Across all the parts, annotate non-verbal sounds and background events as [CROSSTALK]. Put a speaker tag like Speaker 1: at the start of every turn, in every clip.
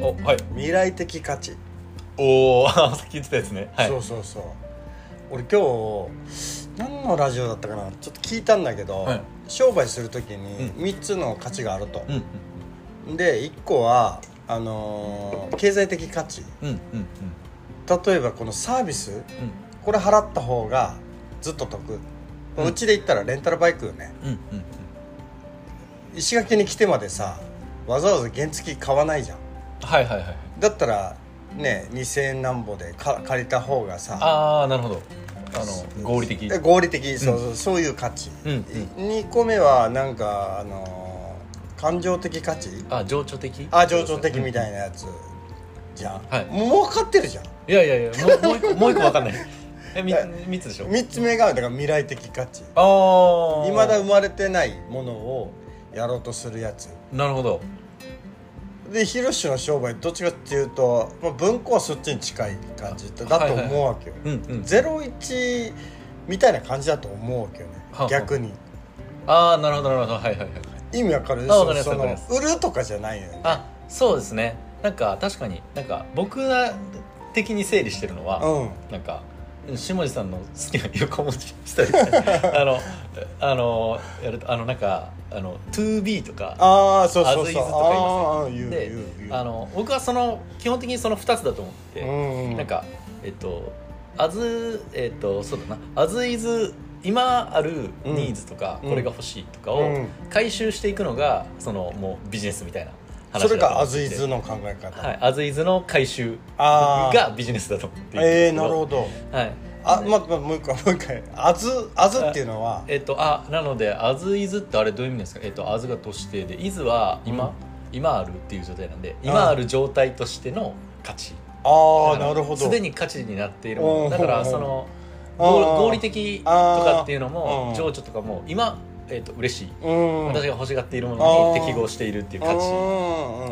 Speaker 1: おはい
Speaker 2: 未来的価値、
Speaker 1: おお [LAUGHS] さっき言ってたやつねはい
Speaker 2: そうそうそう俺今日何のラジオだったかなちょっと聞いたんだけど、
Speaker 1: はい
Speaker 2: 商売する時に
Speaker 1: う
Speaker 2: 3つの価値があると
Speaker 1: う、ん
Speaker 2: で1個はあのー経済的価値
Speaker 1: うんうんうん
Speaker 2: 例えばこのサービス
Speaker 1: うん
Speaker 2: これ払った方がずっと得
Speaker 1: うん
Speaker 2: うちで言ったらレンタルバイクよね
Speaker 1: うんうんうん
Speaker 2: 石垣に来てまでさわざわざ原付買わないじゃん
Speaker 1: はいはいはい
Speaker 2: だったらね2,000円なんぼでか借りた方がさ
Speaker 1: ああなるほどあの合理的
Speaker 2: で合理的そうそう,、そういう価値、
Speaker 1: うんうん
Speaker 2: 2個目はなんかあのー感情的価値
Speaker 1: あ情緒的
Speaker 2: あ情緒的みたいなやつじゃん、
Speaker 1: はい
Speaker 2: もう分かってるじゃん
Speaker 1: いやいやいやもうもう一個もう一個わかんないえみ
Speaker 2: いや
Speaker 1: 三つでしょ
Speaker 2: 3つ目がだから未来的価値
Speaker 1: ああ
Speaker 2: 未だ生まれてないものをやろうとするやつ
Speaker 1: なるほど
Speaker 2: でヒロシの商売どっちかっていうと、まあ、文庫はそっちに近い感じだだと思うわけよ、
Speaker 1: うんうん
Speaker 2: ゼロ01みたいな感じだと思うわけよね
Speaker 1: はあはあ
Speaker 2: 逆に
Speaker 1: ああなるほどなるほどはいはいはい
Speaker 2: 意味わかる
Speaker 1: あわかります
Speaker 2: その
Speaker 1: わかります
Speaker 2: 売るとかじゃないよね
Speaker 1: あそうですねなんか確かになんか僕が的に整理してるのは、
Speaker 2: うん
Speaker 1: なんか下地さんの好きな横文字したりしてあのあのやるとあのなんかあの 2B とか
Speaker 2: ああそうそう
Speaker 1: あずい
Speaker 2: そ
Speaker 1: ず
Speaker 2: う
Speaker 1: とか言います
Speaker 2: ああ言う
Speaker 1: で
Speaker 2: 言う言う
Speaker 1: あの僕はその基本的にその2つだと思って
Speaker 2: う
Speaker 1: て、
Speaker 2: んうん
Speaker 1: なんかえっとあずえっとそうだなあずいず今あるニーズとか、
Speaker 2: うん
Speaker 1: これが欲しいとか
Speaker 2: う
Speaker 1: を
Speaker 2: ん
Speaker 1: 回収していくのがそのもうビジネスみたいな話だ
Speaker 2: そ
Speaker 1: と
Speaker 2: れ
Speaker 1: 思ってて
Speaker 2: がアズイズの考え方、
Speaker 1: はい、アズイズの回収
Speaker 2: ああ
Speaker 1: がビジネスだと思っているんで
Speaker 2: え
Speaker 1: すけ
Speaker 2: ー、なるほど
Speaker 1: はい
Speaker 2: あままもう一回もう一回アズアズっていうのは
Speaker 1: えっとあなので「アズイズってあれどういう意味なんですかえっと「アズがとしてで「イズは今、
Speaker 2: うん
Speaker 1: 今あるっていう状態なんで
Speaker 2: ん
Speaker 1: 今ある状態としての価値
Speaker 2: ああ
Speaker 1: の
Speaker 2: なるほど
Speaker 1: すでに価値になっているも
Speaker 2: うん
Speaker 1: のだか
Speaker 2: う
Speaker 1: ら
Speaker 2: ん
Speaker 1: その
Speaker 2: うん
Speaker 1: 合合理的とかっていうのも
Speaker 2: うん
Speaker 1: 情緒とかも今、えっと嬉しい、
Speaker 2: うん
Speaker 1: 私が欲しがっているものに
Speaker 2: うん
Speaker 1: 適合しているっていう価値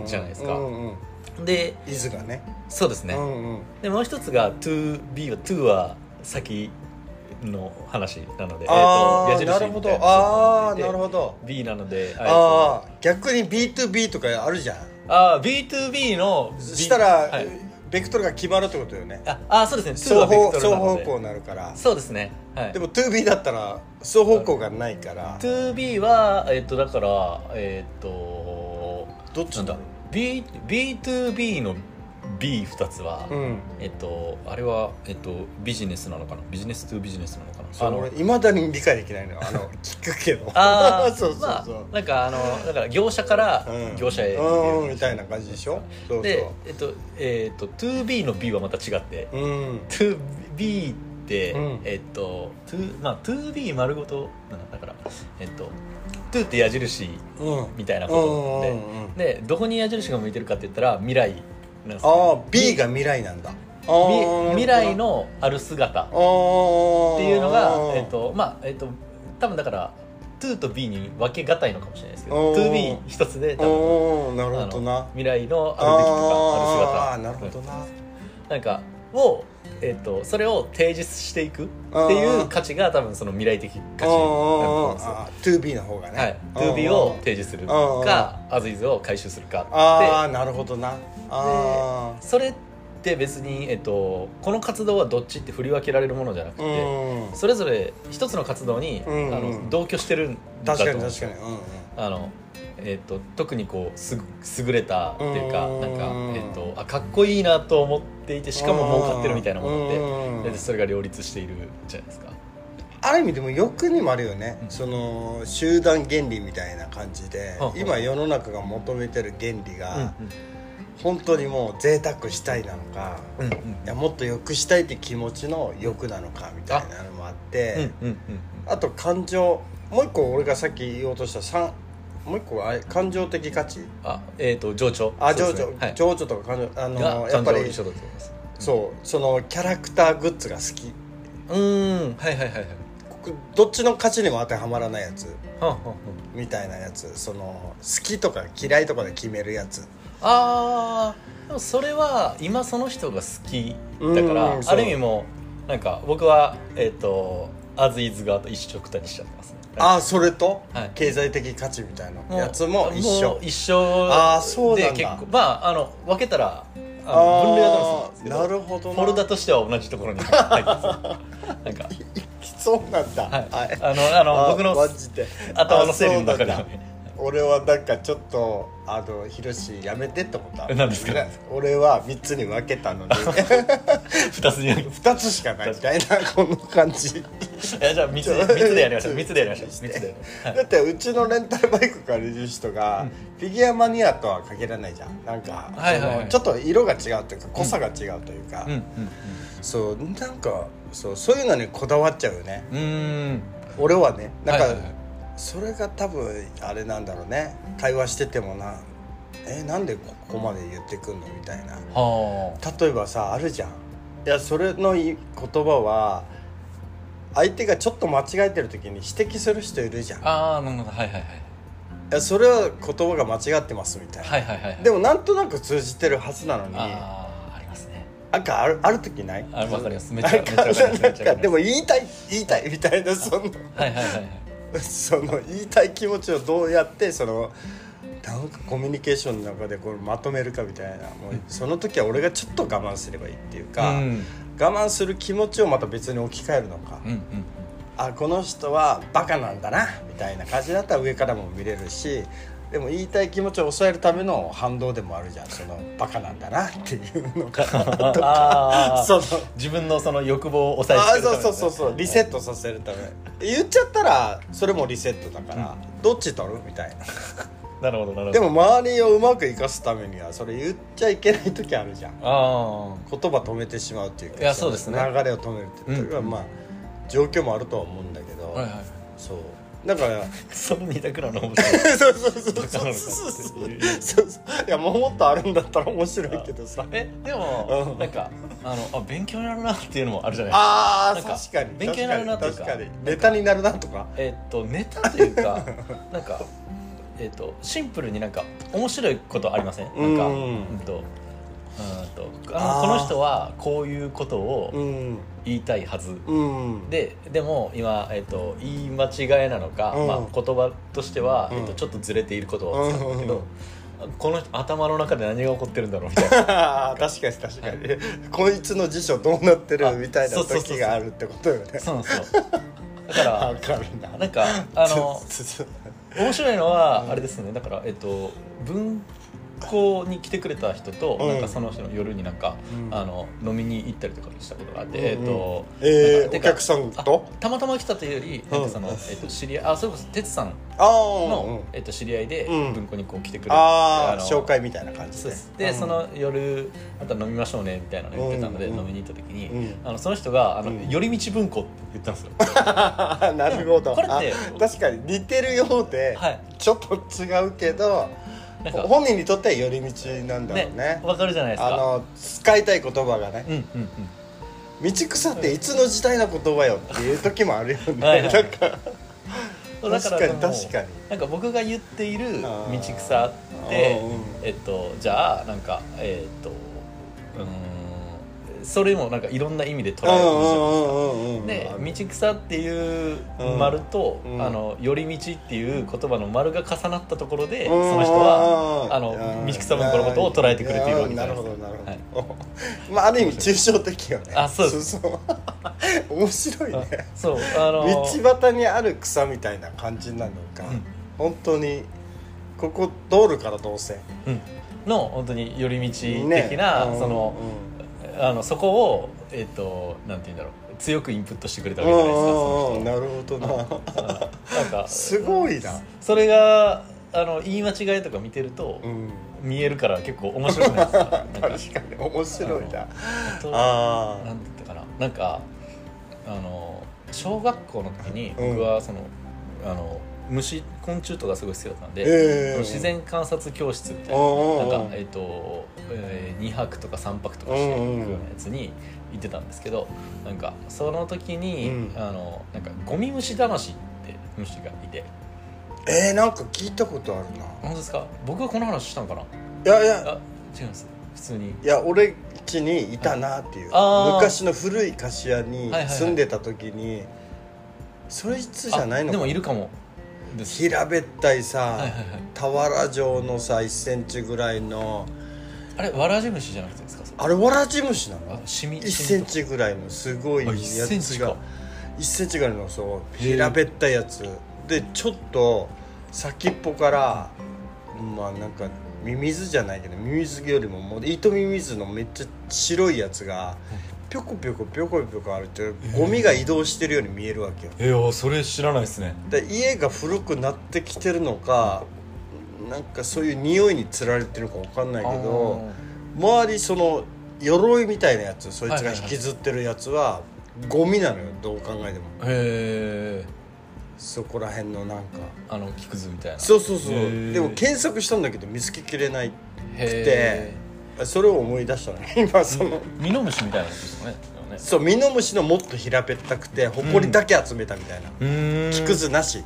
Speaker 2: 価
Speaker 1: じゃないですか
Speaker 2: うんうん、
Speaker 1: で
Speaker 2: イズがね
Speaker 1: そうですね、
Speaker 2: うんうん、
Speaker 1: でもう一つが 2B は2は先の話なので、
Speaker 2: あ
Speaker 1: え
Speaker 2: あ
Speaker 1: っと
Speaker 2: ー
Speaker 1: 矢
Speaker 2: な
Speaker 1: 印
Speaker 2: るほ
Speaker 1: み
Speaker 2: ど
Speaker 1: たいな
Speaker 2: ああ
Speaker 1: で
Speaker 2: なるほど
Speaker 1: B なのであえっと
Speaker 2: ああ逆に B2B とかあるじゃん
Speaker 1: ああ B2B の B
Speaker 2: そしたら、
Speaker 1: はい
Speaker 2: ベクトルが決まるってことよね
Speaker 1: ああそうですね
Speaker 2: 双
Speaker 1: 2はベ
Speaker 2: 方
Speaker 1: クトル
Speaker 2: 双
Speaker 1: なの
Speaker 2: 方
Speaker 1: で
Speaker 2: 向になるから
Speaker 1: そうですねはい
Speaker 2: でも 2B だったら双方向がないから、
Speaker 1: 2B はえっとだからえっと
Speaker 2: どっち
Speaker 1: なん
Speaker 2: だ
Speaker 1: だ B B2B の B2 つは、
Speaker 2: うん
Speaker 1: えっとあれはえっとビジネスなのかなビジネス to ビジネスなのかな
Speaker 2: そ
Speaker 1: あ
Speaker 2: う
Speaker 1: の
Speaker 2: 俺いまだに理解できないの
Speaker 1: [LAUGHS]
Speaker 2: あの聞くけど
Speaker 1: あー
Speaker 2: [LAUGHS] そうそうそう、
Speaker 1: まあ、なんかあのだから業者から
Speaker 2: うん
Speaker 1: 業者へっていう
Speaker 2: うんみたいな感じでしょそうそう
Speaker 1: でえっとえっと 2B の B はまた違って
Speaker 2: うん、
Speaker 1: 2B って、
Speaker 2: うん
Speaker 1: えっと 2, まあ 2B 丸ごとなんだだからえっと2って矢印
Speaker 2: うん
Speaker 1: みたいな
Speaker 2: う
Speaker 1: こ
Speaker 2: ん
Speaker 1: と
Speaker 2: う
Speaker 1: で、
Speaker 2: んうん
Speaker 1: でどこに矢印が向いてるかって言ったら未来なんです
Speaker 2: ああ
Speaker 1: よ
Speaker 2: B が未来なんだ
Speaker 1: み未来のある姿っ
Speaker 2: あー
Speaker 1: ていうのがえっとまあえっと多分だから2と B に分けがたいのかもしれないですけど
Speaker 2: うん
Speaker 1: 2B 一つで多分
Speaker 2: おーなるほど
Speaker 1: あ
Speaker 2: な
Speaker 1: の未来のあるべきとか
Speaker 2: あ
Speaker 1: あ
Speaker 2: ー
Speaker 1: る姿
Speaker 2: なるほどな
Speaker 1: なんかを、えっとそれを提示していくっていう価値が多分その未来的価値だと
Speaker 2: うんうん
Speaker 1: 思
Speaker 2: う
Speaker 1: うん
Speaker 2: ん
Speaker 1: ですよ。
Speaker 2: あ 2B の方がね、
Speaker 1: はい、
Speaker 2: うんうん
Speaker 1: 2B を提示するかアズイズを回収する
Speaker 2: あ
Speaker 1: か
Speaker 2: あなるほどなあ
Speaker 1: でそれって別に、えっとこの活動はどっちって振り分けられるものじゃなく
Speaker 2: あう
Speaker 1: て、
Speaker 2: ん
Speaker 1: それぞれ一つの活動に、
Speaker 2: うんうん
Speaker 1: あの同居してるんだと
Speaker 2: 確か
Speaker 1: 思う
Speaker 2: に
Speaker 1: んで
Speaker 2: 確
Speaker 1: す
Speaker 2: か
Speaker 1: よ
Speaker 2: にうんうん
Speaker 1: あのえっと特にこうすぐ優れたっていうか
Speaker 2: うん
Speaker 1: なんか、えっとあかっこいいなと思っていてしかも儲かってるみたいなものって
Speaker 2: うんうん
Speaker 1: でそれが両立しているじゃないですか
Speaker 2: ある意味でも欲にもあるよね、
Speaker 1: うん
Speaker 2: その集団原理みたいな感じで、
Speaker 1: はあはあ
Speaker 2: 今世の中が求めてる原理が、
Speaker 1: うん
Speaker 2: 本当にもう贅沢したいなのか、
Speaker 1: うんうん
Speaker 2: いやもっと欲したいって気持ちの欲なのかみたいなのもあって、
Speaker 1: うんうん
Speaker 2: あと感情もう一個俺がさっき言おうとした三もう一個はあれ感情的価値
Speaker 1: あえっと情緒
Speaker 2: あ
Speaker 1: そ
Speaker 2: 情
Speaker 1: うです
Speaker 2: 緒、
Speaker 1: ねはい
Speaker 2: 情緒とか感情あ
Speaker 1: が
Speaker 2: のやっ
Speaker 1: 感
Speaker 2: ぱ
Speaker 1: 情
Speaker 2: り
Speaker 1: 一緒だと思います
Speaker 2: そうそのキャラクターグッズが好き
Speaker 1: うーんはいはいはいはい
Speaker 2: ここどっちの価値にも当てはまらないやつ
Speaker 1: はんはんはん
Speaker 2: みたいなやつその好きとか嫌いとかで決めるやつ
Speaker 1: あーでもそれは今その人が好きだか
Speaker 2: う
Speaker 1: ら
Speaker 2: んそう
Speaker 1: ある意味もうなんか僕はえっとアズイズ側と一緒くたにしちゃってますね
Speaker 2: あそれと、
Speaker 1: はい
Speaker 2: 経済的価値みたいな
Speaker 1: もう
Speaker 2: やつも一
Speaker 1: も
Speaker 2: 緒
Speaker 1: う一緒
Speaker 2: あーそうなんだ
Speaker 1: で結構まああの分けたらあ
Speaker 2: あ
Speaker 1: の分類はどうなんですけど
Speaker 2: なるほどな
Speaker 1: フォルダとしては同じところに入ってますなんか
Speaker 2: そうなんだ
Speaker 1: はい
Speaker 2: はい
Speaker 1: [LAUGHS] あのあの
Speaker 2: あ
Speaker 1: 僕の
Speaker 2: マジで
Speaker 1: 頭の整理の中で
Speaker 2: あ
Speaker 1: は
Speaker 2: そうなんだ
Speaker 1: ね
Speaker 2: 俺はなんかちょっとあのヒロシやめてって思った
Speaker 1: え何ですか
Speaker 2: 俺は3つに分けたのに
Speaker 1: 二つに分け
Speaker 2: 2つしかないみたいなこの感じ
Speaker 1: いやじゃあ三つで三つでやりましょう三つでやりましょう三つでやりましょう
Speaker 2: だってうちのレンタルバイク借りる人が、フィギュアマニアとは限らないじゃんなんか、
Speaker 1: はいはいはい
Speaker 2: そのちょっと色が違うというか濃さが違うというか、
Speaker 1: はい
Speaker 2: そうなんかそうそういうのにこだわっちゃうよね
Speaker 1: うんうんうんうーん
Speaker 2: 俺はねなんか、
Speaker 1: はいはいはい
Speaker 2: それが多分あれなんだろうね会話しててもなえなんでここまで言ってくんのみたいな
Speaker 1: は
Speaker 2: 例えばさあるじゃんいやそれのい言葉は相手がちょっと間違えてる時に指摘する人いるじゃんい
Speaker 1: ああーなるほどはいはいはい
Speaker 2: やそれは言葉が間違ってますみたいな、
Speaker 1: はいはいはいはい
Speaker 2: でもなんとなく通じてるはずなのにな
Speaker 1: ああありますね
Speaker 2: んかあるある時ない
Speaker 1: あわかりますめっち
Speaker 2: [LAUGHS] な
Speaker 1: ゃめっ
Speaker 2: ん
Speaker 1: ち
Speaker 2: か
Speaker 1: ゃわかりますめ
Speaker 2: なん
Speaker 1: っちゃわ
Speaker 2: か
Speaker 1: か
Speaker 2: で
Speaker 1: り
Speaker 2: も
Speaker 1: ます
Speaker 2: 言いたい言いたいみたいなその
Speaker 1: はいはいはいはい
Speaker 2: [LAUGHS] その言いたい気持ちをどうやってそのなんかコミュニケーションの中でこれまとめるかみたいなもうその時は俺がちょっと我慢すればいいっていうか、
Speaker 1: うん
Speaker 2: 我慢する気持ちをまた別に置き換えるのか、
Speaker 1: [LAUGHS] うんうんうん
Speaker 2: あこの人はバカなんだなみたいな感じだったら上からも見れるしでも言いたい気持ちを抑えるための反動でもあるじゃんそのバカなんだなっていうのかと
Speaker 1: あ
Speaker 2: か
Speaker 1: ー
Speaker 2: その
Speaker 1: 自分のその欲望を抑
Speaker 2: あ
Speaker 1: えてくれ
Speaker 2: そ
Speaker 1: る
Speaker 2: うそうそうそうリセットさせるため言っちゃったらそれもリセットだから、どっち取るみたいな
Speaker 1: なるほどなるほど
Speaker 2: でも周りをうまく生かすためにはそれ言っちゃいけない時あるじゃん
Speaker 1: ああ
Speaker 2: 言葉止めてしまうっていうか
Speaker 1: いやそうですね
Speaker 2: の流れを止めるっていうか、
Speaker 1: うん
Speaker 2: まあ状況もあるとは思うんだけど、
Speaker 1: はいはい
Speaker 2: そうだから
Speaker 1: [LAUGHS] その二択なの面白い
Speaker 2: そうそうそうそう
Speaker 1: バカな
Speaker 2: そう
Speaker 1: のか
Speaker 2: そうそうそういやもうもっとあるんだったら面白いけどさ
Speaker 1: えでも
Speaker 2: うん
Speaker 1: なんかあのあ勉強になるなっていうの [LAUGHS] もあるじゃないですか
Speaker 2: あ
Speaker 1: なん
Speaker 2: ー
Speaker 1: か
Speaker 2: 確かに
Speaker 1: 勉強になるなという
Speaker 2: 確
Speaker 1: か
Speaker 2: かにネタになるなとか
Speaker 1: えっとネタというか [LAUGHS] なんかえっとシンプルになんか面白いことありませんなんか
Speaker 2: う
Speaker 1: うんんとうんとあの
Speaker 2: あー
Speaker 1: この人はこういうこと
Speaker 2: う
Speaker 1: を
Speaker 2: ん
Speaker 1: 言いたいはず
Speaker 2: うん
Speaker 1: ででも今、えっと言い間違いなのか、
Speaker 2: うん
Speaker 1: まあ、言葉としては、
Speaker 2: うん
Speaker 1: えっとちょっとずれていることを使うんだけど、この人頭の中で何が起こってるんだろうみたい
Speaker 2: [LAUGHS]
Speaker 1: な
Speaker 2: あー [LAUGHS] 確かに確かに、こいつの辞書どうなって
Speaker 1: あ
Speaker 2: るみたいな
Speaker 1: そうそうそうそう
Speaker 2: 時があるってことよね
Speaker 1: そうなんですよだから
Speaker 2: わかるな
Speaker 1: なんか
Speaker 2: [LAUGHS]
Speaker 1: あの
Speaker 2: そう
Speaker 1: 面白いのはあれですね、だからえっと文庫に来てくれた人と、
Speaker 2: うん
Speaker 1: なんかその人の夜になんか、
Speaker 2: うん
Speaker 1: あの飲みに行ったりとかしたことがあって、
Speaker 2: うんう
Speaker 1: え
Speaker 2: ん
Speaker 1: っと
Speaker 2: え
Speaker 1: なん
Speaker 2: ー、
Speaker 1: か
Speaker 2: お客さん
Speaker 1: あ
Speaker 2: と
Speaker 1: たまたま来たというよりなんかその、
Speaker 2: うん
Speaker 1: えっと知り合いあそれこそ哲さん
Speaker 2: ああ
Speaker 1: の、
Speaker 2: うん
Speaker 1: えっと知り合いで
Speaker 2: うん
Speaker 1: 文庫にこう来てくれて、
Speaker 2: あ
Speaker 1: あ
Speaker 2: ー
Speaker 1: の
Speaker 2: 紹介みたいな感じ
Speaker 1: そうで
Speaker 2: で
Speaker 1: すで、
Speaker 2: うん
Speaker 1: その夜また飲みましょうねみたいなの言ってたので、
Speaker 2: うんうん
Speaker 1: 飲みに行った時に、
Speaker 2: うん
Speaker 1: あのその人があの、
Speaker 2: うん
Speaker 1: 寄り道文庫」って言ったんですよ
Speaker 2: [LAUGHS] なるほど
Speaker 1: これって
Speaker 2: あ確かに似てるようで、
Speaker 1: はい
Speaker 2: ちょっと違うけど
Speaker 1: なんか
Speaker 2: 本人にとっては寄り道なんだろうね
Speaker 1: ねわかるじゃないです
Speaker 2: あ
Speaker 1: か
Speaker 2: の使いたい言葉がね
Speaker 1: うんうんうん
Speaker 2: 「道草っていつの時代の言葉よ」っていう時もあるよね
Speaker 1: はいはい
Speaker 2: なんか
Speaker 1: そうだ
Speaker 2: 確
Speaker 1: から
Speaker 2: かに
Speaker 1: でも
Speaker 2: 確かに
Speaker 1: なんか僕が言っている
Speaker 2: あ
Speaker 1: 道
Speaker 2: ー
Speaker 1: 草って
Speaker 2: うんうん
Speaker 1: えっとじゃあなんかえっとうーんそれもなんかいろんな意味で捉えるんですよ。
Speaker 2: うんうんうんうんうん
Speaker 1: で
Speaker 2: ある
Speaker 1: 道草っていう
Speaker 2: うん
Speaker 1: 丸と、
Speaker 2: うん
Speaker 1: あの寄り道っていう言葉の丸が重なったところで、
Speaker 2: うん
Speaker 1: その人はあの
Speaker 2: うん
Speaker 1: 道草文庫のことを捉えてくれているわけじゃないです
Speaker 2: うんなるほど
Speaker 1: か
Speaker 2: なる。ほど、 [LAUGHS] まあある意味抽象的よね
Speaker 1: あそうです
Speaker 2: そうそう [LAUGHS] 面白い
Speaker 1: はい
Speaker 2: ね
Speaker 1: あそうあの
Speaker 2: 道端にある草みたいな感じなのか、
Speaker 1: うん
Speaker 2: 本当にここ道路からどうせ
Speaker 1: うんの本当に寄り道
Speaker 2: ね
Speaker 1: 的な、
Speaker 2: うん
Speaker 1: その。
Speaker 2: うん
Speaker 1: あのそこをえっ、となんて言うんだろう強くインプットしてくれたわ
Speaker 2: う
Speaker 1: けじゃないですか
Speaker 2: んうんうんな
Speaker 1: そ
Speaker 2: るほどな
Speaker 1: の人うんなんか
Speaker 2: すごいな、
Speaker 1: それがあの言い間違いとか見てると、
Speaker 2: うん、
Speaker 1: 見えるから結構面白くないですかなん [LAUGHS] か
Speaker 2: 確かに面白いな
Speaker 1: あと
Speaker 2: あ
Speaker 1: な
Speaker 2: ー
Speaker 1: んて言ったかななんかあの小学校の時に
Speaker 2: うん
Speaker 1: 僕はその、あの虫昆虫とかすごい好きだったんで、
Speaker 2: ええ
Speaker 1: あの自然観察教室みたいな
Speaker 2: な
Speaker 1: なんか、えっとえ2泊とか3泊とかして行くようなやつに行ってたんですけどなんかその時に、
Speaker 2: うん
Speaker 1: あのなんかゴミ虫魂って虫がいて
Speaker 2: えー、なんか聞いたことあるな
Speaker 1: 本当ですか僕がこの話したのかない
Speaker 2: やいや
Speaker 1: あ違います普通に
Speaker 2: いや俺家にいたなっていう
Speaker 1: あー
Speaker 2: 昔の古い菓子屋に住んでた時にそれいつじゃない
Speaker 1: あ
Speaker 2: のか
Speaker 1: でもいるかもです
Speaker 2: 平べったいさ、
Speaker 1: はいはいはい
Speaker 2: 俵状のさ1センチぐらいの
Speaker 1: あれわらじ虫じゃなくてですかそれ
Speaker 2: あれわらじ虫なの
Speaker 1: あシミ
Speaker 2: 1
Speaker 1: シ
Speaker 2: セ
Speaker 1: ミ
Speaker 2: ン
Speaker 1: とか
Speaker 2: チぐらいのすごいや
Speaker 1: あ1セン
Speaker 2: つ
Speaker 1: チ
Speaker 2: が
Speaker 1: か
Speaker 2: 1センチぐらいのそう
Speaker 1: へえ
Speaker 2: 平べったいやつでちょっと先っぽからまあなんかミミズじゃないけどミミズよりももう糸ミミズのめっちゃ白いやつがぴょこぴょこぴょこぴょこあるってゴミが移動してるように見えるわけよ
Speaker 1: えー、それ知らないですね
Speaker 2: で家が古くなってきてるのかなんかそういう匂いにつられてるのかわかんないけど周りその鎧みたいなやつそいつが引きずってるやつはゴミなのよどう考えても
Speaker 1: あーへえ
Speaker 2: そこら辺のなんか
Speaker 1: あの木くずみたいな
Speaker 2: そうそうそう
Speaker 1: へー
Speaker 2: でも検索したんだけど見つけきれない
Speaker 1: へ
Speaker 2: それを思い出したのね [LAUGHS] 今その
Speaker 1: ーミノムシみたいなやつですよねでもね
Speaker 2: そうミノムシのもっと平べったくてホコリだけ集めたみたいな、
Speaker 1: うーん
Speaker 2: 木くずなし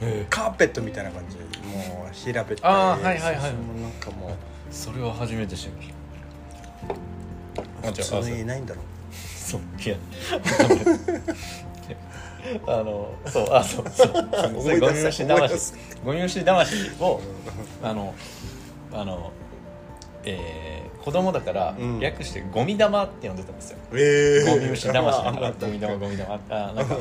Speaker 1: へー
Speaker 2: カーペットみたいな感じもう平べったい
Speaker 1: あーはいはいはい
Speaker 2: そうそうもうなんかも
Speaker 1: それは初めて知りまし
Speaker 2: う
Speaker 1: たあ
Speaker 2: 普通
Speaker 1: 違うあ
Speaker 2: の家ないんだろう
Speaker 1: そういや [LAUGHS] あのそうあそうそう [LAUGHS] そう
Speaker 2: 思い
Speaker 1: ゴ
Speaker 2: 出
Speaker 1: ミ
Speaker 2: し
Speaker 1: 虫
Speaker 2: た思い出
Speaker 1: 魂
Speaker 2: す
Speaker 1: ゴミ虫魂をあのあのえー、子供だから、
Speaker 2: うん
Speaker 1: 略してゴミ玉って呼んでたんですよ
Speaker 2: え
Speaker 1: ゴミ虫魂だから
Speaker 2: [LAUGHS] あ
Speaker 1: [LAUGHS] ゴミ玉ゴミ玉あ [LAUGHS] なんか
Speaker 2: う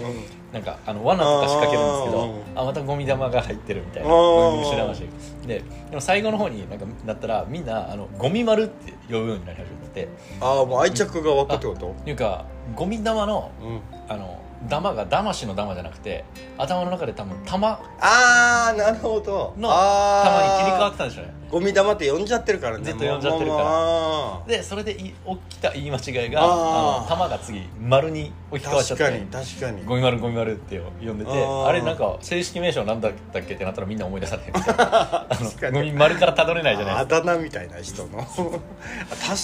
Speaker 1: なんかあの罠とか仕掛けるんですけど
Speaker 2: あ
Speaker 1: あまたゴミ玉が入ってるみたいな
Speaker 2: あー
Speaker 1: ゴミ虫魂ででも最後の方になんかなったらみんなあのゴミ丸って呼ぶようになり始めて
Speaker 2: んああもう愛着が湧くってこと
Speaker 1: いうかゴミ玉の
Speaker 2: うん
Speaker 1: あの玉が魂の玉じゃなくて頭の中で多分玉
Speaker 2: ああなるほど
Speaker 1: の玉に
Speaker 2: あー
Speaker 1: 切り替わってたんでしょうね
Speaker 2: ゴミ玉って呼んじゃってるからね
Speaker 1: ずっと呼んじゃってるから
Speaker 2: ら
Speaker 1: でそれでい起きた言い間違いが
Speaker 2: あー
Speaker 1: あの玉が次丸に置き換わっちゃ
Speaker 2: 確
Speaker 1: っ
Speaker 2: かに
Speaker 1: て
Speaker 2: 確かに
Speaker 1: ゴミ丸ゴミ丸って呼んでて
Speaker 2: あー
Speaker 1: あれなんか正式名称なんだったっけってなったらみんな思い出されへん
Speaker 2: [LAUGHS]
Speaker 1: あ
Speaker 2: 確か
Speaker 1: の
Speaker 2: に
Speaker 1: ゴミ丸からたどれないじゃない
Speaker 2: ああ
Speaker 1: で
Speaker 2: だ名みたいな人の [LAUGHS]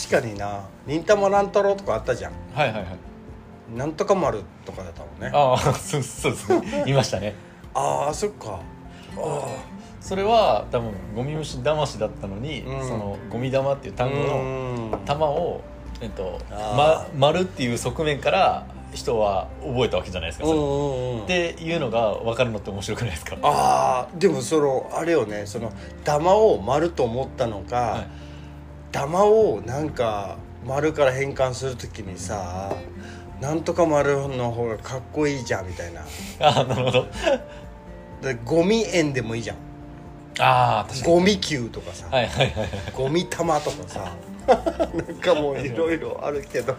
Speaker 2: 確かにな「忍たま乱太郎」とかあったじゃん
Speaker 1: すかはいはいはい
Speaker 2: 「なんとか丸」とかだったもんねあ
Speaker 1: ああそうそうですねいましたね
Speaker 2: あーそっかあ
Speaker 1: それは多分ゴミ虫魂だったのに、
Speaker 2: うん
Speaker 1: そのゴミ玉っていう
Speaker 2: あ
Speaker 1: 単語の玉を、えっとま
Speaker 2: あ、
Speaker 1: 丸っていう側面から人は覚えたわけじゃないですか、
Speaker 2: う
Speaker 1: そ
Speaker 2: ん
Speaker 1: れ
Speaker 2: うんうん
Speaker 1: っていうのが分かるのって面白くないですか
Speaker 2: ああでもそのあれよねその玉を丸と思ったのか、
Speaker 1: はい
Speaker 2: 玉をなんか丸から変換するときにさなんとか丸の方がかっこいいじゃんみたいな
Speaker 1: あなるほど
Speaker 2: でゴミ園でもいいじゃん
Speaker 1: あー確かに
Speaker 2: ゴミ球とかさ、
Speaker 1: はいはいはいはい
Speaker 2: ゴミ玉とか
Speaker 1: [LAUGHS]
Speaker 2: さなんかもういろいろあるけど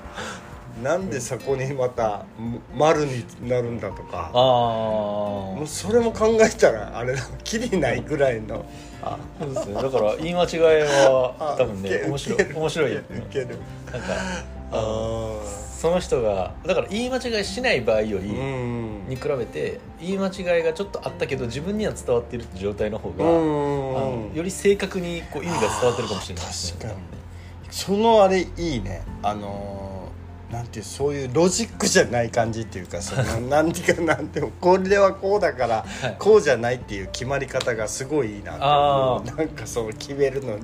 Speaker 2: なんでそこにまたむ丸になるんだとか
Speaker 1: あ
Speaker 2: もうそれも考えたらあれだきりないぐらいのあ
Speaker 1: あそうですねだから言い間違いは多分
Speaker 2: ウケ
Speaker 1: ね
Speaker 2: る
Speaker 1: 面白
Speaker 2: ウケ
Speaker 1: い
Speaker 2: る
Speaker 1: 面白い
Speaker 2: ウケる
Speaker 1: なんか
Speaker 2: あ
Speaker 1: その人がだから言い間違いしない場合より、
Speaker 2: ーうん
Speaker 1: に比べて言い間違いがちょっとあったけど自分には伝わってるって状態の方
Speaker 2: う
Speaker 1: が、あの
Speaker 2: ん
Speaker 1: より正確にこう意味が伝わってるかもしれないですね
Speaker 2: 確かにそのあれいいねあのーなんていうそういうロジックじゃない感じっていうかそのなんていうかなんていうのこれはこうだから、
Speaker 1: はい
Speaker 2: こうじゃないっていう決まり方がすごいいいなって
Speaker 1: あ
Speaker 2: 思うなんかその決めるのに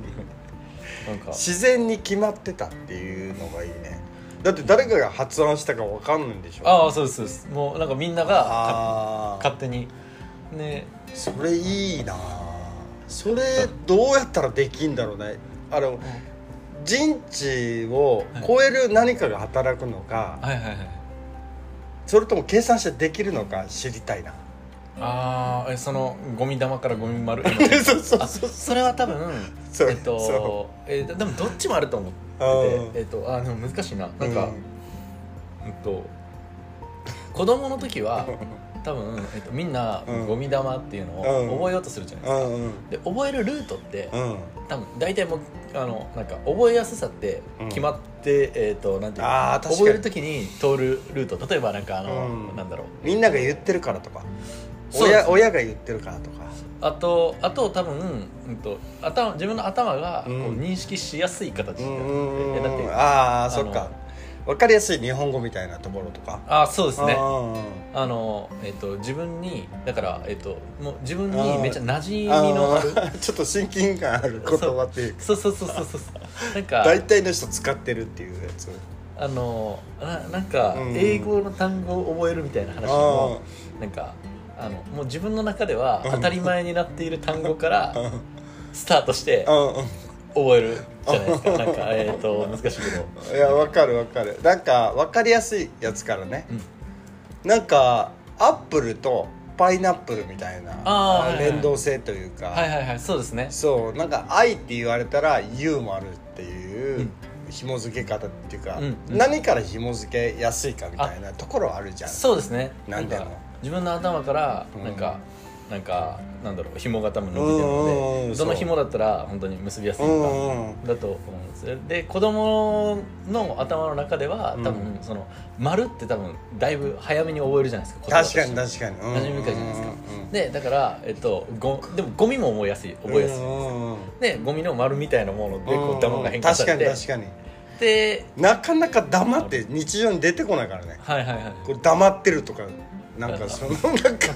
Speaker 1: なんか
Speaker 2: 自然に決まってたっていうのがいいねだって誰かが発案したかわかんないんでしょ
Speaker 1: ああそうですそうですもうなんかみんなが
Speaker 2: あー
Speaker 1: 勝手にね
Speaker 2: それいいなそれどうやったらできんだろうねあの人知を超える何かが働くのか、
Speaker 1: はいはいはい
Speaker 2: それとも計算してできるのか知りたいな
Speaker 1: ああえそのゴミ玉からゴミ丸
Speaker 2: [LAUGHS] そうそう
Speaker 1: あそれは多分
Speaker 2: そう
Speaker 1: えっ
Speaker 2: そ
Speaker 1: と、えーでもどっちもあると思って
Speaker 2: う
Speaker 1: てえっとあーでも難しいななんか、
Speaker 2: う
Speaker 1: うんと子供の時は多分、えっと、みんな
Speaker 2: うん
Speaker 1: ゴミ玉っていうの
Speaker 2: うん
Speaker 1: を覚えようとするじゃないです
Speaker 2: う
Speaker 1: か、
Speaker 2: んうん
Speaker 1: で覚えるルートって
Speaker 2: うん
Speaker 1: 多分大体もうあのなんか覚えやすさって決まって、えっ、となんていうの
Speaker 2: あー確かに
Speaker 1: 覚える時に通るルート例えばなんかあの、
Speaker 2: うん
Speaker 1: なんだろう
Speaker 2: みんなが言ってるからとか
Speaker 1: そうです
Speaker 2: 親親が言ってるからとか
Speaker 1: あとあと多分、うん、と頭自分の頭がこう
Speaker 2: うん
Speaker 1: 認識しやすい形
Speaker 2: う
Speaker 1: になってて、
Speaker 2: ん
Speaker 1: だって
Speaker 2: ああ
Speaker 1: あの
Speaker 2: そっか分かりやすい日本語みたいなところとか
Speaker 1: あそうですね
Speaker 2: ね
Speaker 1: あの、えっと自分にだから、えっともう自分
Speaker 2: あ
Speaker 1: に
Speaker 2: ー
Speaker 1: めっちゃ馴染みのある
Speaker 2: あーちょっと親近感ある言葉っていうか [LAUGHS]
Speaker 1: そうそうそうそうそうそうなんか
Speaker 2: 大体の人使ってるっていうやつ
Speaker 1: あのななんか
Speaker 2: うん
Speaker 1: 英語の単語を覚えるみたいな話
Speaker 2: あ
Speaker 1: も、なんかあのもう自分の中では
Speaker 2: うん
Speaker 1: 当たり前になっている単語から
Speaker 2: あうん
Speaker 1: スタートして
Speaker 2: う
Speaker 1: 覚えるじゃないですかなんかえっ、と難しいけど
Speaker 2: んいやわかるわかるなんかわかりやすいやつからね
Speaker 1: うん
Speaker 2: なんかアップルとパイナップルみたいな
Speaker 1: あーはいはい
Speaker 2: 連動性というか、
Speaker 1: はいはいはいそうですね
Speaker 2: そうなんか「愛」って言われたら「ユーもある」っていう、
Speaker 1: うん
Speaker 2: 紐付け方っていうか、
Speaker 1: うんうん
Speaker 2: 何から紐付けやすいかみたいなところあるじゃん
Speaker 1: そうですね
Speaker 2: なんで
Speaker 1: か
Speaker 2: も
Speaker 1: 自分の頭からなんか、なんかなんだろう紐が多分伸びてる
Speaker 2: うんうん
Speaker 1: の
Speaker 2: うん
Speaker 1: で
Speaker 2: そ
Speaker 1: ど
Speaker 2: う
Speaker 1: の紐だったら本当に結びやすい
Speaker 2: うん
Speaker 1: の
Speaker 2: うんうん
Speaker 1: かだと思うんですよで子供の頭の中では多分その「丸って多分だいぶ早めに覚えるじゃないですか言葉とし
Speaker 2: 確
Speaker 1: て
Speaker 2: かに確かに、うん
Speaker 1: 馴染み深いじゃないですか
Speaker 2: うんうん
Speaker 1: でだから、えっと、ごでもゴミも覚えやすい覚えやすい、
Speaker 2: うんうん
Speaker 1: でゴミの丸みたいなものでこう玉が変化さ
Speaker 2: 確か
Speaker 1: れ
Speaker 2: に
Speaker 1: て
Speaker 2: 確かに
Speaker 1: で
Speaker 2: なかなか黙って日常に出てこないからね
Speaker 1: はいはいはい
Speaker 2: これ黙ってるとかな
Speaker 1: [LAUGHS]
Speaker 2: んかそのなんか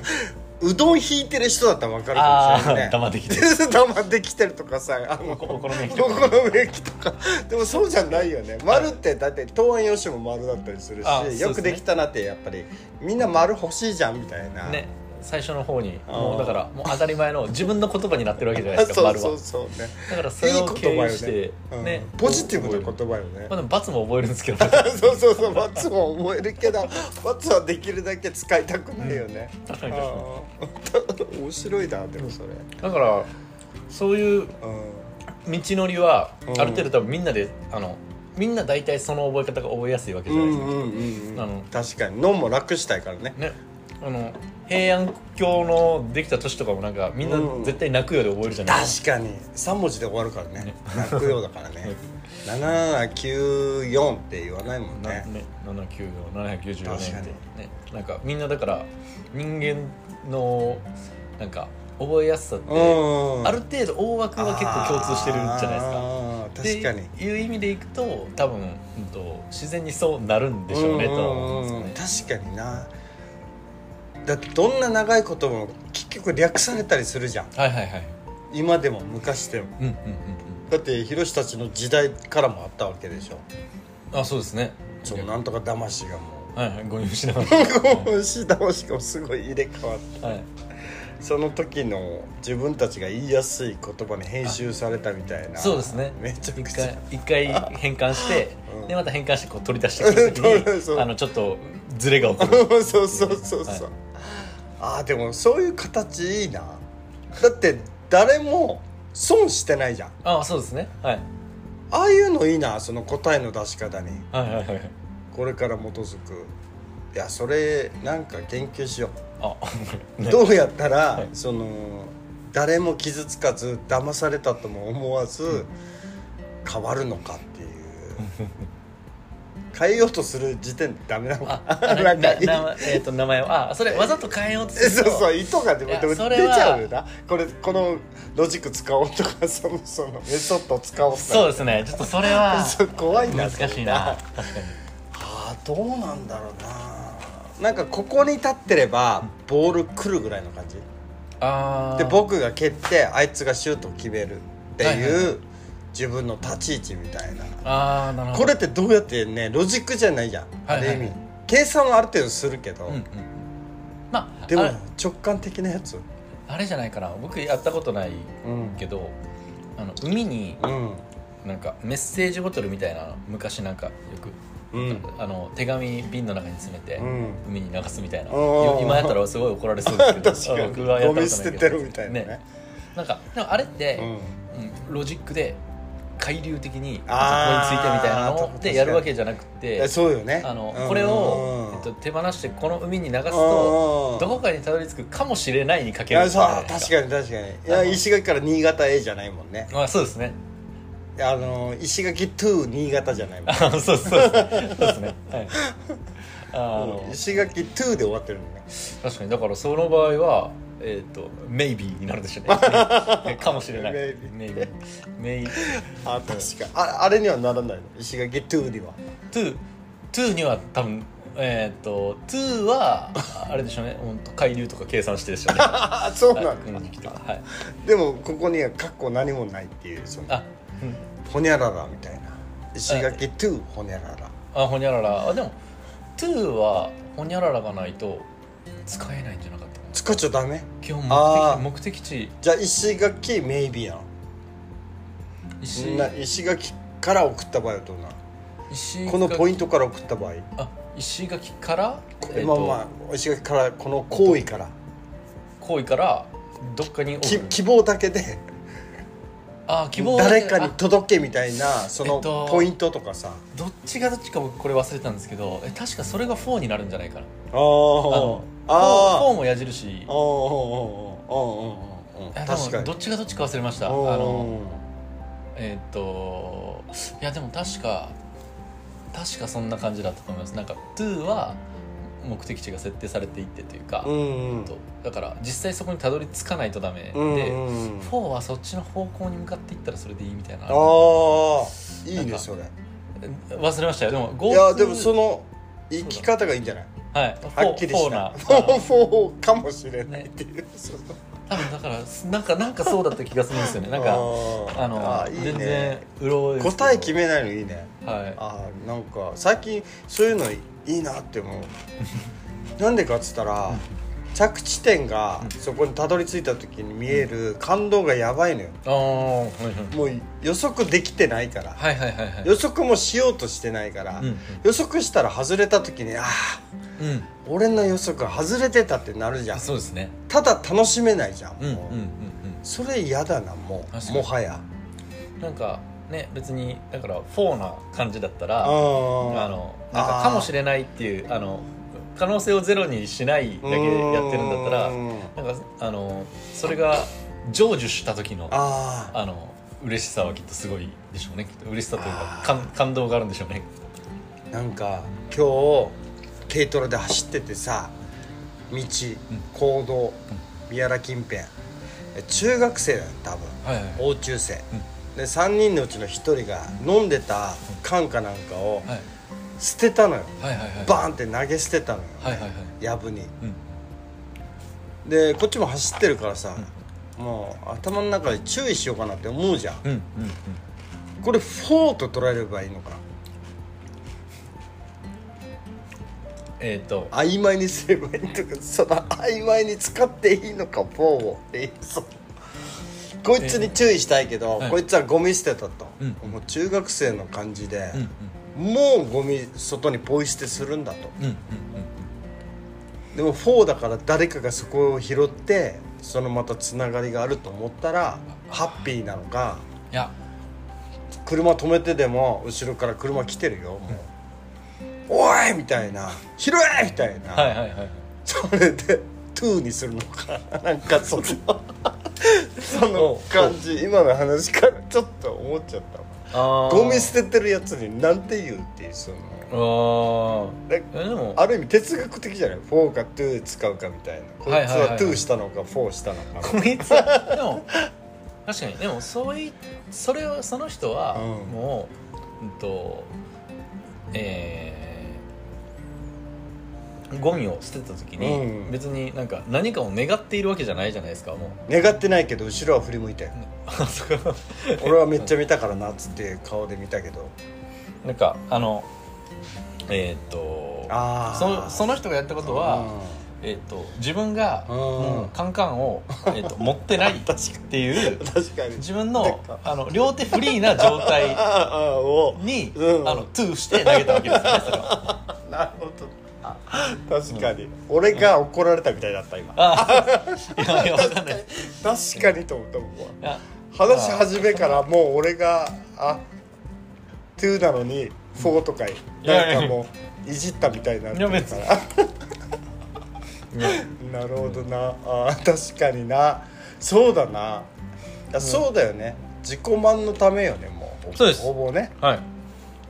Speaker 2: うどん引いてる人だったらわかるか
Speaker 1: あ
Speaker 2: もし
Speaker 1: あ
Speaker 2: れな
Speaker 1: ー
Speaker 2: い
Speaker 1: [LAUGHS]
Speaker 2: ね
Speaker 1: 黙ってきて
Speaker 2: [LAUGHS] 黙ってきてるとかさあ
Speaker 1: お
Speaker 2: の
Speaker 1: お好み焼きと
Speaker 2: こ
Speaker 1: か
Speaker 2: この植木とかでもそうじゃないよね丸ってだって答案用紙も丸だったりする
Speaker 1: あそうで
Speaker 2: し
Speaker 1: すね
Speaker 2: よくできたなってやっぱりみんな丸欲しいじゃんみたいな
Speaker 1: ね最初の方に
Speaker 2: あー
Speaker 1: もうだからもう当たり前の自分の言葉になってるわけじゃない
Speaker 2: あ
Speaker 1: ですか
Speaker 2: そう
Speaker 1: 丸
Speaker 2: [LAUGHS] そう
Speaker 1: は
Speaker 2: そうね
Speaker 1: だからそ
Speaker 2: いい
Speaker 1: れ
Speaker 2: 言
Speaker 1: を経
Speaker 2: 葉
Speaker 1: 由
Speaker 2: よ
Speaker 1: して
Speaker 2: ね
Speaker 1: ね
Speaker 2: うんポジティブな
Speaker 1: 覚える
Speaker 2: 言葉よね
Speaker 1: まあでも罰も覚えるんですけど
Speaker 2: [LAUGHS] そうそうそう罰も覚えるけど罰はできるだけ使いたくないよね、あ
Speaker 1: かに
Speaker 2: ー面白いなでもそれ、
Speaker 1: だからそういう道
Speaker 2: うん、
Speaker 1: のりは
Speaker 2: うん
Speaker 1: ある程度多分みんなであのみんな大体その覚え方が覚えやすいわけ
Speaker 2: う
Speaker 1: じゃないです
Speaker 2: ん
Speaker 1: か、
Speaker 2: うんうんうん
Speaker 1: あの
Speaker 2: 確かに脳も楽したいからね
Speaker 1: ねあの平安京のできた都市とかもなんかみんな
Speaker 2: うん
Speaker 1: 絶対泣くようで覚えるじゃないです
Speaker 2: 確かに3文字で終わるからね
Speaker 1: ね
Speaker 2: 泣くようだからね7794って言わないもん
Speaker 1: か、
Speaker 2: ね
Speaker 1: ね794794年って、
Speaker 2: 確かに
Speaker 1: ね、なんかみんなだから人間のなんか覚えやすさって、
Speaker 2: うん
Speaker 1: ある程度大枠は結構共通してるじゃないですか。
Speaker 2: です確かに
Speaker 1: っていう意味でいくと多分、うん、と自然にそうなるんでしょうねとは思うんですよね。
Speaker 2: うん確かになだってどんな長いことも結局略されたりするじゃん
Speaker 1: はいはいはい。
Speaker 2: 今でも昔でも
Speaker 1: うんうんうん
Speaker 2: だってヒロシたちの時代からもあったわけでしょ
Speaker 1: うん。あそうですね。
Speaker 2: そのなんとか魂がも
Speaker 1: はいはい誤入しなが
Speaker 2: [LAUGHS] う牛魂がすごい入れ替わって [LAUGHS]
Speaker 1: ら。はい。
Speaker 2: その時の自分たちが言いやすい言葉に編集されたみたいな
Speaker 1: そうですね。
Speaker 2: めちゃく
Speaker 1: 一
Speaker 2: ちゃ
Speaker 1: 回一回変換して、
Speaker 2: うん
Speaker 1: でまた変換してこう取り出してくる時
Speaker 2: [LAUGHS] そうそう
Speaker 1: にあのちょっとズレが起こる。
Speaker 2: そうそうそうそう、
Speaker 1: はい
Speaker 2: あーでもそういう形いいなだって誰も損してないじゃん
Speaker 1: あそうですね。はい
Speaker 2: ああいうのいいなその答えの出し方に
Speaker 1: はいはいはい。
Speaker 2: これから基づくいやそれなんか研究しよ
Speaker 1: あ、
Speaker 2: う、
Speaker 1: ね
Speaker 2: どうやったら、
Speaker 1: はい
Speaker 2: その誰も傷つかず騙されたとも思わず変わるのかっていう変えようとする時点でダメなのか
Speaker 1: あ
Speaker 2: [LAUGHS] [LAUGHS]
Speaker 1: な
Speaker 2: な
Speaker 1: なん
Speaker 2: かいい
Speaker 1: なえっ、と名前をあそれわざと変えようとす
Speaker 2: え
Speaker 1: る
Speaker 2: そう
Speaker 1: と
Speaker 2: そう糸がでも
Speaker 1: いや
Speaker 2: でも出ち
Speaker 1: それは
Speaker 2: ゃうよなこれこのロジック使おうとかそのそのメソッド使おうとか
Speaker 1: そうですねちょっとそれは
Speaker 2: [LAUGHS] そう怖いな
Speaker 1: 難しいな
Speaker 2: [LAUGHS] それ
Speaker 1: 確かに
Speaker 2: あーどうなんだろうななんかここに立ってればボール来るぐらいの感じ
Speaker 1: あー
Speaker 2: で僕が蹴ってあいつがシュートを決めるって
Speaker 1: はいはい
Speaker 2: いう自分の立ち位置みたいな
Speaker 1: あーなるほ
Speaker 2: こ
Speaker 1: ど
Speaker 2: れってどうやってねロジックじゃないじゃんあ
Speaker 1: はいはい
Speaker 2: る意味計算はある程度するけど
Speaker 1: うんうんまあ
Speaker 2: でも
Speaker 1: あれ
Speaker 2: 直感的なやつ
Speaker 1: あれじゃないかな僕やったことない
Speaker 2: うん
Speaker 1: けどあの海に
Speaker 2: うん
Speaker 1: なんかメッセージボトルみたいなの昔なんかよく、
Speaker 2: うん
Speaker 1: あの手紙瓶の中に詰めて、
Speaker 2: うん
Speaker 1: 海に流すみたいな
Speaker 2: おー
Speaker 1: 今やったらすごい怒られそうですけど
Speaker 2: [LAUGHS] 確
Speaker 1: 僕
Speaker 2: か
Speaker 1: は
Speaker 2: に
Speaker 1: や
Speaker 2: ゴ
Speaker 1: ったことないけど
Speaker 2: ミ捨ててるみたいなね
Speaker 1: なんかでもあれって、
Speaker 2: うん
Speaker 1: うんロジックで回流的にここについてみ
Speaker 2: あー
Speaker 1: たいな
Speaker 2: 確か
Speaker 1: の
Speaker 2: に
Speaker 1: でやるわけじゃなくて
Speaker 2: えそうよね
Speaker 1: あの
Speaker 2: うん
Speaker 1: これ
Speaker 2: う
Speaker 1: を
Speaker 2: ん、
Speaker 1: えっと、手放してこの海に流す
Speaker 2: う
Speaker 1: と
Speaker 2: ん
Speaker 1: どこかにたどり着くかもしれないにか
Speaker 2: い
Speaker 1: ける
Speaker 2: や
Speaker 1: ん
Speaker 2: そう確
Speaker 1: です
Speaker 2: かに確かにいや石垣から新潟 A じゃないもんね
Speaker 1: にあそうですね [LAUGHS]
Speaker 2: あの石垣 to 新潟じゃないもん
Speaker 1: あそうそうですねそうですねはい [LAUGHS] あの
Speaker 2: うん石垣 to で終わってるのね
Speaker 1: 確かにだからその場合はえっ、と「maybe」になるでしょ
Speaker 2: [LAUGHS]
Speaker 1: うねかもしれない
Speaker 2: Maybe
Speaker 1: maybe maybe
Speaker 2: あ確かああれにはならないの石垣 to には
Speaker 1: to to には多分えっ、と to はあれでしょうね本当海流とか計算してでしょうね
Speaker 2: あ [LAUGHS] そうな
Speaker 1: はい
Speaker 2: ん
Speaker 1: 軍事機とかはい
Speaker 2: でもここには括弧何もないっていうその
Speaker 1: あうん
Speaker 2: ほにゃららみたいな石垣 to ほにゃらら
Speaker 1: あほにゃららあでも2はほにゃららがないと使えないんじゃなかったかな
Speaker 2: 使っちゃダメ
Speaker 1: 基本
Speaker 2: あー
Speaker 1: 目的目的地
Speaker 2: じゃあ石垣メイビーや
Speaker 1: 石
Speaker 2: んな石垣から送った場合はどうなん
Speaker 1: 石垣
Speaker 2: このポイントから送った場合、
Speaker 1: あ石垣からえー
Speaker 2: まあ
Speaker 1: と
Speaker 2: まあ石垣からこの行為から
Speaker 1: 行為からどっかに送
Speaker 2: き
Speaker 1: る
Speaker 2: 希望だけで
Speaker 1: あ希望
Speaker 2: 誰かに
Speaker 1: あ
Speaker 2: 届けみたいなそ
Speaker 1: え
Speaker 2: の
Speaker 1: っと
Speaker 2: ポイントとかさ、
Speaker 1: どっちがどっちか僕これ忘れてたんですけどえ確かそれが4になるんじゃないかなの
Speaker 2: ああ
Speaker 1: 4, も矢印
Speaker 2: ああああああああ
Speaker 1: えでも
Speaker 2: 確かに
Speaker 1: どっちがどっちか忘れましたあのえーっといやでも確か確かそんな感じだったと思いますなんか2は目的地が設定されていってというか、
Speaker 2: うんうん
Speaker 1: とだから実際そこにたどり着かないとダメで、
Speaker 2: うんうん
Speaker 1: 4はそっちの方向に向かっていったらそれでいいみたいな
Speaker 2: ああいい
Speaker 1: なん
Speaker 2: ね
Speaker 1: か
Speaker 2: それ
Speaker 1: 忘れましたよでも
Speaker 2: い
Speaker 1: 5
Speaker 2: やでもその生き方がいいんじゃない
Speaker 1: はい
Speaker 2: はっきり
Speaker 1: フォ
Speaker 2: し
Speaker 1: ーな
Speaker 2: た
Speaker 1: あ
Speaker 2: フ [LAUGHS] ォー
Speaker 1: の
Speaker 2: フォーかもしれないっていうその
Speaker 1: 多分だからなんかなんかそうだった気がするんですよ [LAUGHS] ねなん
Speaker 2: あ
Speaker 1: か
Speaker 2: ー
Speaker 1: あの
Speaker 2: ーいいね
Speaker 1: 全然うろ覚えですけど
Speaker 2: 答え決めないのいいね
Speaker 1: はい
Speaker 2: あーなんか最近そういうのいいなって思
Speaker 1: [LAUGHS]
Speaker 2: うなんでかっつったら着地点がそこにたどり着いた時に見える感動がやばいのよ
Speaker 1: あーはいはい
Speaker 2: もう予測できてないから
Speaker 1: はいはいはいはい
Speaker 2: 予測もしようとしてないか
Speaker 1: う
Speaker 2: ら、
Speaker 1: んうん
Speaker 2: 予測したら外れた時にああ
Speaker 1: うん
Speaker 2: 俺の予測は外れてたってなるじゃん
Speaker 1: あそうですね
Speaker 2: ただ楽しめないじゃん、
Speaker 1: うんうん
Speaker 2: もう
Speaker 1: うん
Speaker 2: それ嫌だなも
Speaker 1: 確か
Speaker 2: う
Speaker 1: に
Speaker 2: もはや
Speaker 1: うんなんかね別にだからフォーな感じだった
Speaker 2: あ
Speaker 1: らあ
Speaker 2: の
Speaker 1: のなんか
Speaker 2: あー
Speaker 1: かもしれないっていうあの可能性をゼロにしないだけやってるんだったらなんかあのそれが成就した時の
Speaker 2: ああ
Speaker 1: あの嬉しさはきっとすごいでしょうねきっと嬉しさというか
Speaker 2: あー
Speaker 1: 感感動があるんでしょうね
Speaker 2: なんか今日軽トラで走っててさ道、行動宮原近辺中学生だよ多分
Speaker 1: はいはい
Speaker 2: 応中生、で3人のうちの1人が飲んでた缶かなんかを
Speaker 1: はい
Speaker 2: 捨てたのよ
Speaker 1: はいはいはい
Speaker 2: バーンって投げ捨てたのよ
Speaker 1: はいはいはい
Speaker 2: やぶに
Speaker 1: うん
Speaker 2: でこっちも走ってるからさ、もう頭の中で注意しようかなって思うじゃん
Speaker 1: うんうんうん
Speaker 2: これ4と捉えればいいのかな
Speaker 1: えっと
Speaker 2: 曖昧にすればいいとかその曖昧に使っていいのか4をえそうこいつに注意したいけど、
Speaker 1: はい
Speaker 2: こいつはゴミ捨てたと、
Speaker 1: うん
Speaker 2: もう中学生の感じで
Speaker 1: うん、
Speaker 2: もうゴミ外にポイ捨てするんだと
Speaker 1: うんうん
Speaker 2: でも4だから誰かがそこを拾ってそのまたつながりがあると思ったらハッピーなのか
Speaker 1: いや
Speaker 2: 車止めてでも後ろから車来てるよもう「おい!」みたいな「拾え!」みたいな、
Speaker 1: はいはいはいはい
Speaker 2: それで「トゥー」にするのかなんかそのその感じ今の話からちょっと思っちゃったわ
Speaker 1: あー
Speaker 2: ゴミ捨ててるやつになんて言うっていうその
Speaker 1: あー
Speaker 2: なんか
Speaker 1: えでも
Speaker 2: ある意味哲学的じゃないフォーかトゥー使うかみたいなこいつ
Speaker 1: はいはいはいは
Speaker 2: はいトゥーしたのかフォーしたのか
Speaker 1: こいつはでも確かにでもそういそれをその人は
Speaker 2: うん
Speaker 1: もう、うん、とえーゴミを捨てた時に、
Speaker 2: うん
Speaker 1: 別になんか何かを願っているわけじゃないじゃないですかもう [LAUGHS]
Speaker 2: 願ってないけど後ろは振り向い [LAUGHS] たよ
Speaker 1: あそこ
Speaker 2: 俺はめっちゃ見たからなっつって顔で見たけど
Speaker 1: なんかあのえーっと
Speaker 2: あ
Speaker 1: そそ
Speaker 2: の
Speaker 1: の人がやったことは、えーっと自分が
Speaker 2: うん
Speaker 1: もうカンカンを、えーっと持って
Speaker 2: [LAUGHS]
Speaker 1: ないっていう
Speaker 2: 確かに
Speaker 1: 自分のあの両手フリーな状態
Speaker 2: ああああお
Speaker 1: に、
Speaker 2: [LAUGHS] うん
Speaker 1: あのトゥーして投げたわ
Speaker 2: [LAUGHS]
Speaker 1: けですよねそれは
Speaker 2: なるほどあ [LAUGHS] 確かに、俺が怒られたみたいだった今
Speaker 1: あいやいやわかんないです
Speaker 2: 確かにと思った僕はい
Speaker 1: や
Speaker 2: 話し始めからもう俺があ2なのに4とかなんかもういじったみたいになってるから [LAUGHS] なるほどなあー確かになそうだないや、そうだよね自己満のためよねもう
Speaker 1: そうです
Speaker 2: ほぼね
Speaker 1: はい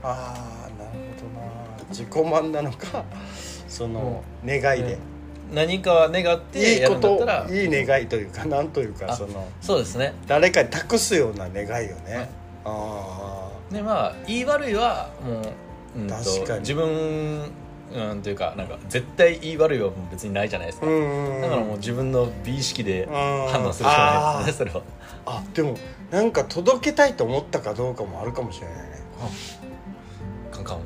Speaker 2: ああなるほどな自己満なのかその願いで、
Speaker 1: 何か願って
Speaker 2: いい
Speaker 1: や
Speaker 2: こ
Speaker 1: るんだ
Speaker 2: と
Speaker 1: ったら
Speaker 2: いい願いというかなんというか
Speaker 1: あ
Speaker 2: その
Speaker 1: そうですね
Speaker 2: 誰かに託すような願いよねあ
Speaker 1: でまあ言い悪いはもう、うんと、
Speaker 2: 確かに
Speaker 1: 自分うんというかなんか絶対言い悪いはもう別にないじゃないですか、
Speaker 2: あうん
Speaker 1: だからもう自分の美意識で
Speaker 2: うん
Speaker 1: 判断するしかないですねそれは
Speaker 2: あでもなんか届けたいと思ったかどうかもあるかもしれないね
Speaker 1: カンカン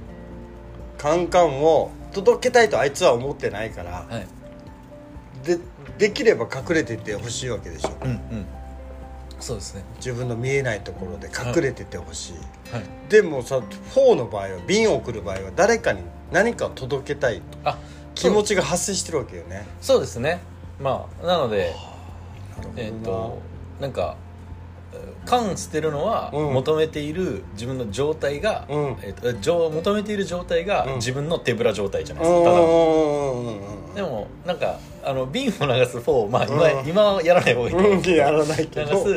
Speaker 2: カンカンを届けたいとあいつは思ってないから
Speaker 1: はい
Speaker 2: でできれば隠れててほしいわけでしょ
Speaker 1: うんうんそうですね
Speaker 2: 自分の見えないところで隠れててほしい、
Speaker 1: はい
Speaker 2: でもさ4の場合は瓶を送る場合は誰かに何かを届けたい
Speaker 1: あ
Speaker 2: 気持
Speaker 1: ち
Speaker 2: ちが発生してるわけよね
Speaker 1: そうですねまあなのでえっ、と
Speaker 2: な
Speaker 1: なんかえー缶捨てるのは
Speaker 2: うん
Speaker 1: 求めている自分の状態が、
Speaker 2: うん
Speaker 1: えーとじょ求めている状態が
Speaker 2: うん
Speaker 1: 自分の手ぶら状態じゃない
Speaker 2: る
Speaker 1: です
Speaker 2: ほ
Speaker 1: か、ただの
Speaker 2: どなうん
Speaker 1: でもなんかあの瓶を流す4、まあ今
Speaker 2: うん
Speaker 1: 今はやらない方がいいと思うんです
Speaker 2: う
Speaker 1: けど
Speaker 2: んやらないけ
Speaker 1: 流
Speaker 2: ど
Speaker 1: す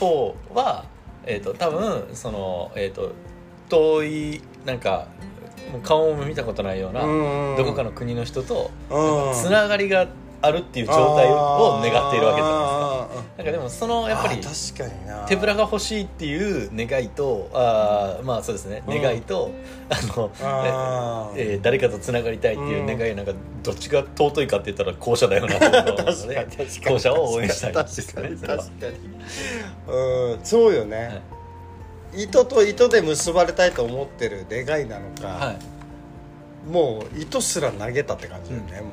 Speaker 1: 4は、えー、と多分その、えー、と遠いなんかもう顔も見たことないような、
Speaker 2: うん
Speaker 1: どこかの国の人と
Speaker 2: うん
Speaker 1: つながりがあるっていう状態を願っているわけじゃない
Speaker 2: ないですか
Speaker 1: ですか。なんかでもそのやっぱり
Speaker 2: 確かにな
Speaker 1: 手ぶらが欲しいっていう願いとあーまあそうですね
Speaker 2: うん
Speaker 1: 願いと、あの
Speaker 2: あー
Speaker 1: ええー誰かとつながりたいっていう願いなんかどっちが尊いかって言ったら後者だよなと思うの
Speaker 2: [LAUGHS] 確か
Speaker 1: で
Speaker 2: に確かに
Speaker 1: 後者を応援したいです
Speaker 2: 確か
Speaker 1: ね
Speaker 2: に
Speaker 1: それは
Speaker 2: 確かにうんそうよね、糸と糸で結ばれたいと思ってる願いなのか、
Speaker 1: はい、
Speaker 2: もう糸すら投げたって感じだよね、も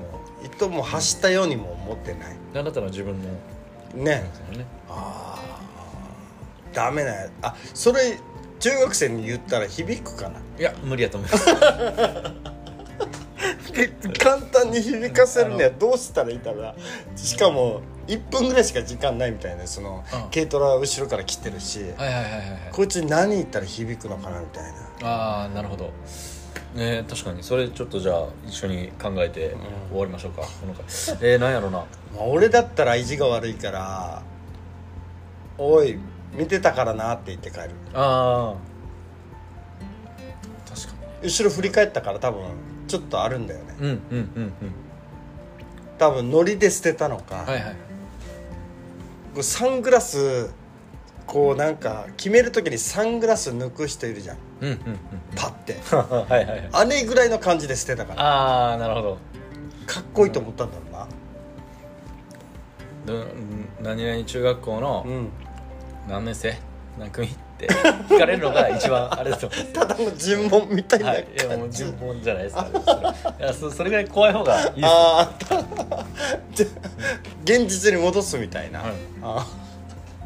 Speaker 2: う糸も発したようにも思ってない
Speaker 1: あなたの自分の
Speaker 2: ね
Speaker 1: ね
Speaker 2: あーダメなやあそれ中学生に言ったら響くかない
Speaker 1: や無理やと思います
Speaker 2: 簡単に響かせるにはどうしたらいいかなしかも1分ぐらいしか時間ないみたいなその、
Speaker 1: うん
Speaker 2: 軽トラは後ろから来てるし、
Speaker 1: はいはいはいはいはい
Speaker 2: こいつに何言ったら響くのかなみたいな
Speaker 1: ああなるほどね確かにそれちょっとじゃあ一緒に考えて終わりましょうか、この回えー、なんやろうな
Speaker 2: まあ俺だったら意地が悪いから「おい見てたからな」って言って帰る
Speaker 1: ああ確か
Speaker 2: 後ろ振り返ったから多分ちょっとあるんだよね
Speaker 1: にうんうんうんうん
Speaker 2: 多分ノリで捨てたのか、
Speaker 1: はいはい
Speaker 2: こうサングラスこうなんか決める時にサングラス抜く人いるじゃん
Speaker 1: うんうんうん
Speaker 2: パッて
Speaker 1: [LAUGHS] はいはいはい
Speaker 2: あれぐらいの感じで捨てたから
Speaker 1: ああなるほど
Speaker 2: かっこいいと思ったんだろうな
Speaker 1: ど何々中学校の
Speaker 2: うん
Speaker 1: 何年生何組って聞かれるのが一番あれだと思うんですよ
Speaker 2: ただの尋問みたいな
Speaker 1: はいいやもう
Speaker 2: 感じ、
Speaker 1: 尋問じゃないですかそれいやそそれぐらい怖い方がいいです
Speaker 2: ああじゃ [LAUGHS] 現実に戻すみたいな、
Speaker 1: はい
Speaker 2: ああ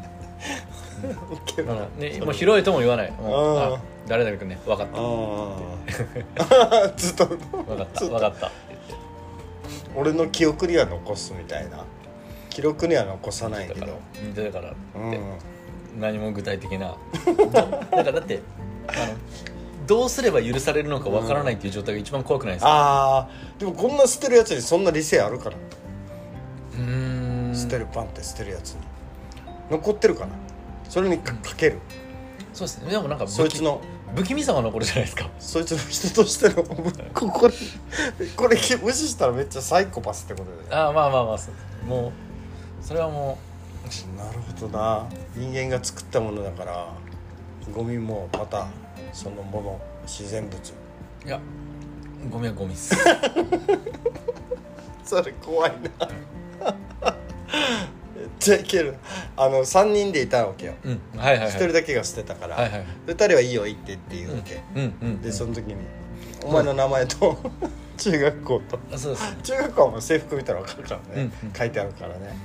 Speaker 2: ウケるな
Speaker 1: ね、もう広いとも言わないもう
Speaker 2: うん
Speaker 1: あ誰々くんね分かった
Speaker 2: ああ [LAUGHS] ずっと
Speaker 1: 分かった分かったって言って
Speaker 2: 俺の記憶には残すみたいな記録には残さないけ
Speaker 1: だか
Speaker 2: ど
Speaker 1: ら似てるから
Speaker 2: うん
Speaker 1: 何も具体的などなんかだってあのどうすれば許されるのかわからないっていう状態が一番怖くないですか
Speaker 2: あーでもこんな捨てるやつにそんな理性あるから、
Speaker 1: うーん
Speaker 2: 捨てるパンって捨てるやつに残ってるかなそれにかかける
Speaker 1: そうですねでもなんか
Speaker 2: そ
Speaker 1: 不
Speaker 2: いつ
Speaker 1: 気
Speaker 2: の
Speaker 1: 不気味さは残るじゃないですか
Speaker 2: そいつの人としてのここれこれ無視したらめっちゃサイコパスってことだよ
Speaker 1: ああまあまあまあそうもうそれはも
Speaker 2: なるほどな人間が作ったものだからゴミもまたそのもの自然物
Speaker 1: ういやゴミはゴミっ
Speaker 2: [LAUGHS]
Speaker 1: す
Speaker 2: それ怖 [LAUGHS] いなめっちゃいけるあの3人でいたわけよ
Speaker 1: うんはいはいはい
Speaker 2: 1人だけが捨てたから、
Speaker 1: はいはい
Speaker 2: 2人はいいよ行ってっていうわけ、
Speaker 1: うんうん
Speaker 2: でその時に「お前の名前と [LAUGHS] 中学校と
Speaker 1: あそうです
Speaker 2: 中学校はもう制服見たら分かるからね、
Speaker 1: うんうん
Speaker 2: 書いてあるからね、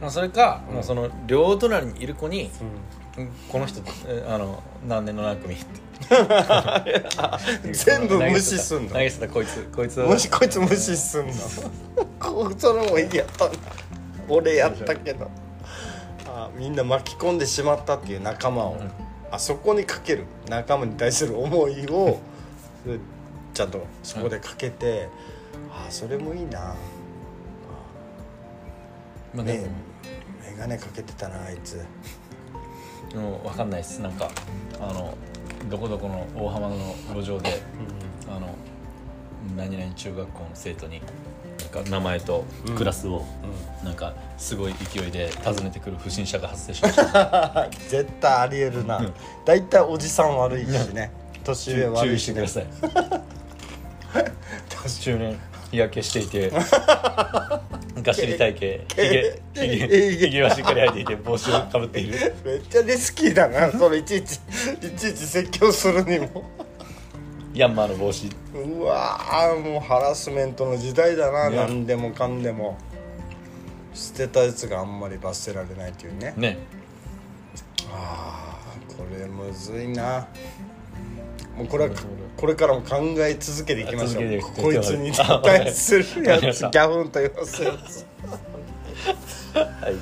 Speaker 1: まあそれか、
Speaker 2: うん
Speaker 1: もうその両隣にいる子に
Speaker 2: うん
Speaker 1: 「この人えあの何年の何組」って
Speaker 2: 全部無視すんの
Speaker 1: 投げてたこいつこいつ
Speaker 2: もしこいつ無視すんのこそれもいいやった俺やったけどあみんな巻き込んでしまったっていう仲間を、
Speaker 1: うん
Speaker 2: あそこにかける仲間に対する思いをでちゃんとそこでかけて、あそれもいいな
Speaker 1: まあでも
Speaker 2: ね眼鏡かけてたなあいつ
Speaker 1: でも分かんないですなんかあのどこどこの大浜の路上であの何々中学校の生徒になんか名前とクラスを、なんかすごい勢いで訪ねてくる不審者が発生しました
Speaker 2: 絶対ありえるな大体、おじさん悪いしね年上
Speaker 1: 注
Speaker 2: 悪い
Speaker 1: 意し
Speaker 2: して
Speaker 1: く
Speaker 2: ね
Speaker 1: ださい中年日焼けしていてがっしり体型ひげひげひげはしっかり生えていて帽子をかぶっている
Speaker 2: めっちゃリスキーだなそれいちいちいちいち説教するにも
Speaker 1: ヤンマーの帽子
Speaker 2: うわーもうハラスメントの時代だな、
Speaker 1: ね
Speaker 2: 何でもかんでも捨てたやつがあんまり罰せられないというね
Speaker 1: ね
Speaker 2: ああこれむずいなもうこれはこれからも考え続けていきましょ
Speaker 1: 続けていうく
Speaker 2: こいつに対するや
Speaker 1: [LAUGHS] あわかりま
Speaker 2: つ
Speaker 1: した
Speaker 2: ギャフンと言わせるやつ
Speaker 1: はい